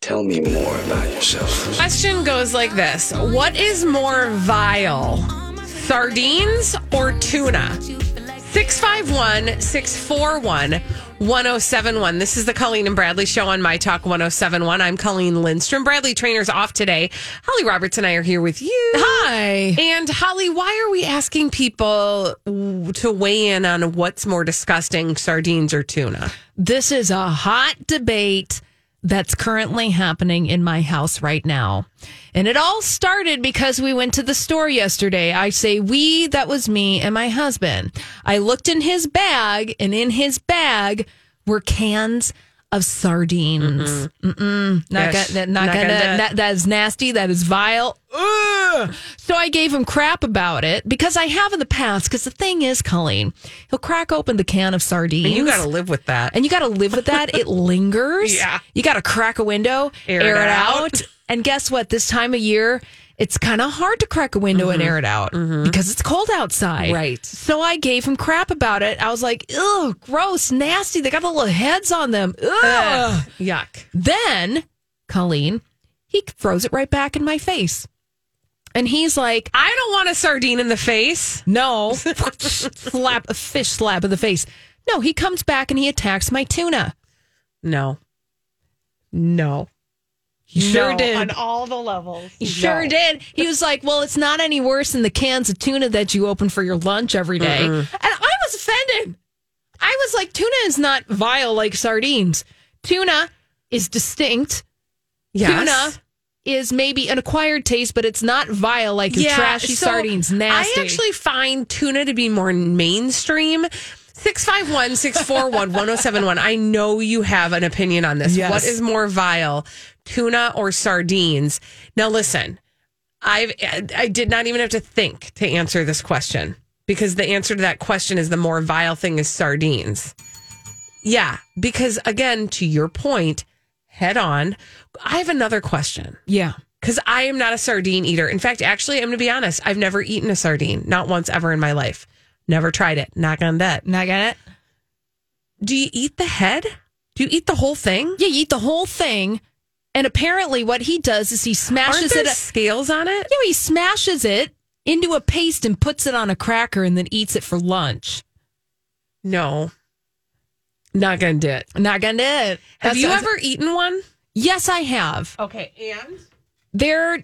Tell me more about yourself. Question goes like this What is more vile, sardines or tuna? 651 641 1071. This is the Colleen and Bradley show on My Talk 1071. I'm Colleen Lindstrom. Bradley Trainer's off today. Holly Roberts and I are here with you. Hi. And Holly, why are we asking people w- to weigh in on what's more disgusting, sardines or tuna? This is a hot debate that's currently happening in my house right now. And it all started because we went to the store yesterday. I say we, that was me and my husband. I looked in his bag, and in his bag were cans of sardines. Mm-mm. Not, Yes. gonna, not, Not gonna, gonna- that, that is nasty. That is vile. Ugh. So I gave him crap about it because I have in the past. Because the thing is, Colleen, he'll crack open the can of sardines. You got to live with that. And you got to live with that. It lingers. Yeah. You got to crack a window, Air air, it it out. out. And guess what? This time of year, it's kind of hard to crack a window and air it out because it's cold outside. Mm-hmm. Right. So I gave him crap about it. I was like, ugh, gross, nasty. They got the little heads on them. Ugh. Ugh, yuck. Then, Colleen, he throws it right back in my face. And he's like, I don't want a sardine in the face. No. slap a fish slap in the face. No, he comes back and he attacks my tuna. No. No. He sure No, did. on all the levels. He sure did. He was like, "Well, it's not any worse than the cans of tuna that you open for your lunch every day." And I was offended. I was like, "Tuna is not vile like sardines. Tuna is distinct. Tuna is maybe an acquired taste, but it's not vile like your trashy so sardines. Nasty. I actually find tuna to be more mainstream. 651 641 1071. I know you have an opinion on this. Yes. What is more vile, tuna or sardines? Now, listen, I've, I did not even have to think to answer this question because the answer to that question is the more vile thing is sardines. Yeah, because again, to your point, head on, I have another question yeah, because I am not a sardine eater. In fact, actually, I'm going to be honest. I've never eaten a sardine, not once ever in my life. Never tried it. Knock on that. not got it. Do you eat the head? Do you eat the whole thing? Yeah, you eat the whole thing, and apparently, what he does is he Aren't smashes there it. scales on it? you know, he smashes it into a paste and puts it on a cracker, and then eats it for lunch. No. Not gonna do it. Not gonna do it. Have That's- you ever eaten one? Yes, I have. Okay, and They're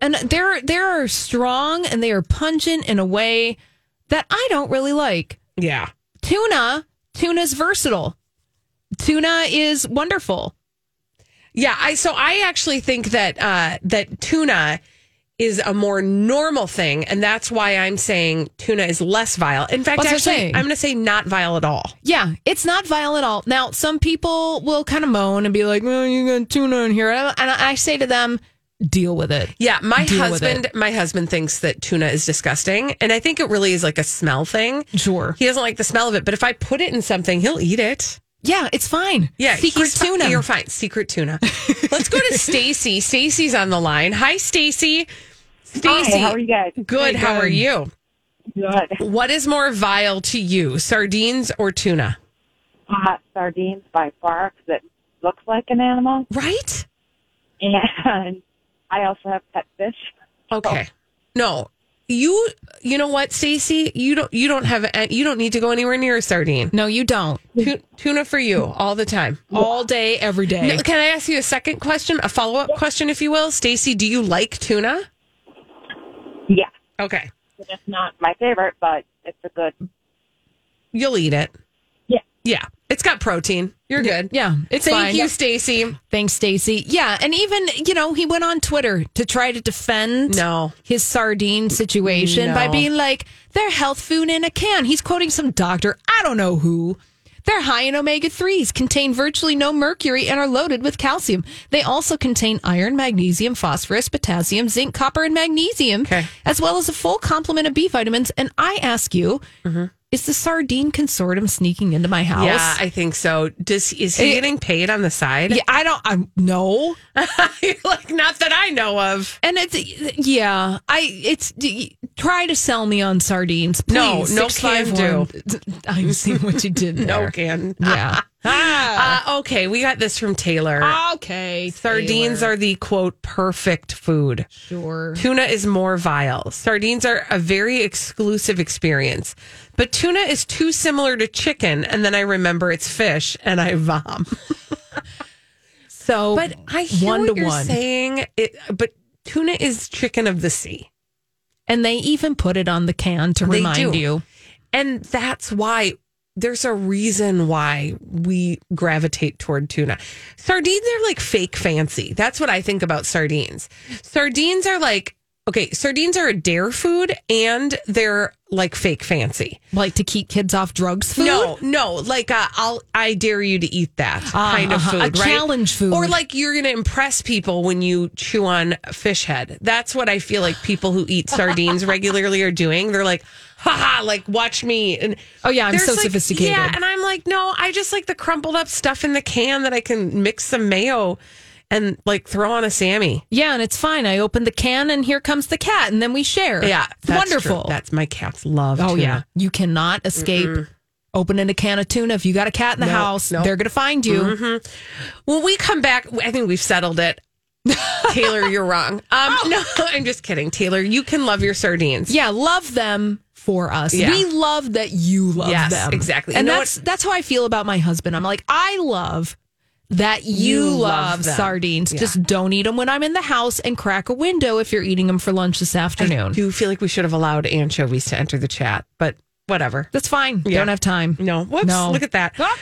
and they're they're strong and they are pungent in a way that I don't really like. yeah, Tuna, tuna's versatile. Tuna is wonderful. yeah. I so I actually think that uh, that tuna is a more normal thing, and that's why I'm saying tuna is less vile. In fact, That's what I'm actually, saying. I'm gonna say not vile at all. Yeah, it's not vile at all. Now, some people will kind of moan and be like, "Well, you got tuna in here," and I I say to them, "Deal with it." Yeah, my Deal with husband my husband thinks that tuna is disgusting and I think it really is like a smell thing. Sure. He doesn't like the smell of it, but if I put it in something, he'll eat it. Yeah, it's fine. Yeah, secret he's fi- tuna. you're fine. Secret tuna. Let's go to Stacy. Stacy's on the line. Hi Stacy. Stacy. Hi, how are you guys? Good. Hey, how good. are you? Good. What is more vile to you, sardines or tuna? Hot sardines by far 'cause it looks like an animal. Right? And I also have pet fish. Okay. No. you you know what, Stacy? You don't you don't have an- you don't need to go anywhere near a sardine. No, you don't. Tu- Tuna for you all the time. All day, every day. Now, can I ask you a second question, a follow up question, if you will, Stacy? Do you like tuna? Yeah, Okay, it's not my favorite, but it's a good. you'll eat it. Yeah. yeah. It's got protein. You're good. Yeah, it's Thank fine. you, Stacy. Thanks, Stacy. Yeah, and even you know he went on Twitter to try to defend No. his sardine situation by No. being like they're health food in a can. He's quoting some doctor, I don't know who. They're high in omega threes, contain virtually no mercury, and are loaded with calcium. They also contain iron, magnesium, phosphorus, potassium, zinc, copper, and magnesium, Okay. as well as a full complement of B vitamins. And I ask you, is the sardine consortium sneaking into my house? Mm-hmm. Yeah, I think so. Does is he It- getting paid on the side? Yeah, I don't. I no. You're like not that I know of. And it's yeah, I it's d- try to sell me on sardines. Please. No, no can 651. I've seen what you did No, there. can Yeah. Uh, okay, we got this from Taylor. okay. Sardines are the quote perfect food. sure. Tuna is more vile. Sardines are a very exclusive experience, but tuna is too similar to chicken. And then I remember it's fish, and I vom. So, But I hear one what to you're one, saying. It, but tuna is chicken of the sea. and they even put it on the can to They remind do. you. And that's why there's a reason why we gravitate toward tuna. Sardines are like fake fancy. That's what I think about sardines. Sardines are like, okay, sardines are a dare food and they're like fake fancy. Like to keep kids off drugs. Food. No, no, like uh, I'll I dare you to eat that Ah, kind of uh-huh. food, A right? challenge food. or like you're gonna impress people when you chew on fish head. That's what I feel like people who eat sardines regularly are doing. They're like, haha, like watch me. And Oh, yeah, I'm there's, so like- sophisticated. Yeah, and I'm like, no, I just like the crumpled up stuff in the can that I can mix some mayo and like throw on a Sammy. Yeah, and it's fine. I open the can, and here comes the cat, and then we share. Yeah, It's that's wonderful. true. That's my cat's love. oh tuna. yeah, you cannot escape. Opening a can of tuna. If you got a cat in the house, they're gonna find you. Mm-hmm. When we come back, I think we've settled it. Taylor, you're wrong. Um, No, I'm just kidding. Taylor, you can love your sardines. Yeah, love them for us. Yeah. We love that you love Yes, them. exactly. And You know that's that's how I feel about my husband. I'm like, I love that you, You love, love them. sardines. Just don't eat them when I'm in the house and crack a window if you're eating them for lunch this I afternoon. do feel like we should have allowed anchovies to enter the chat, but whatever. That's fine. Yeah. Don't have time. No, whoops, No. look at that.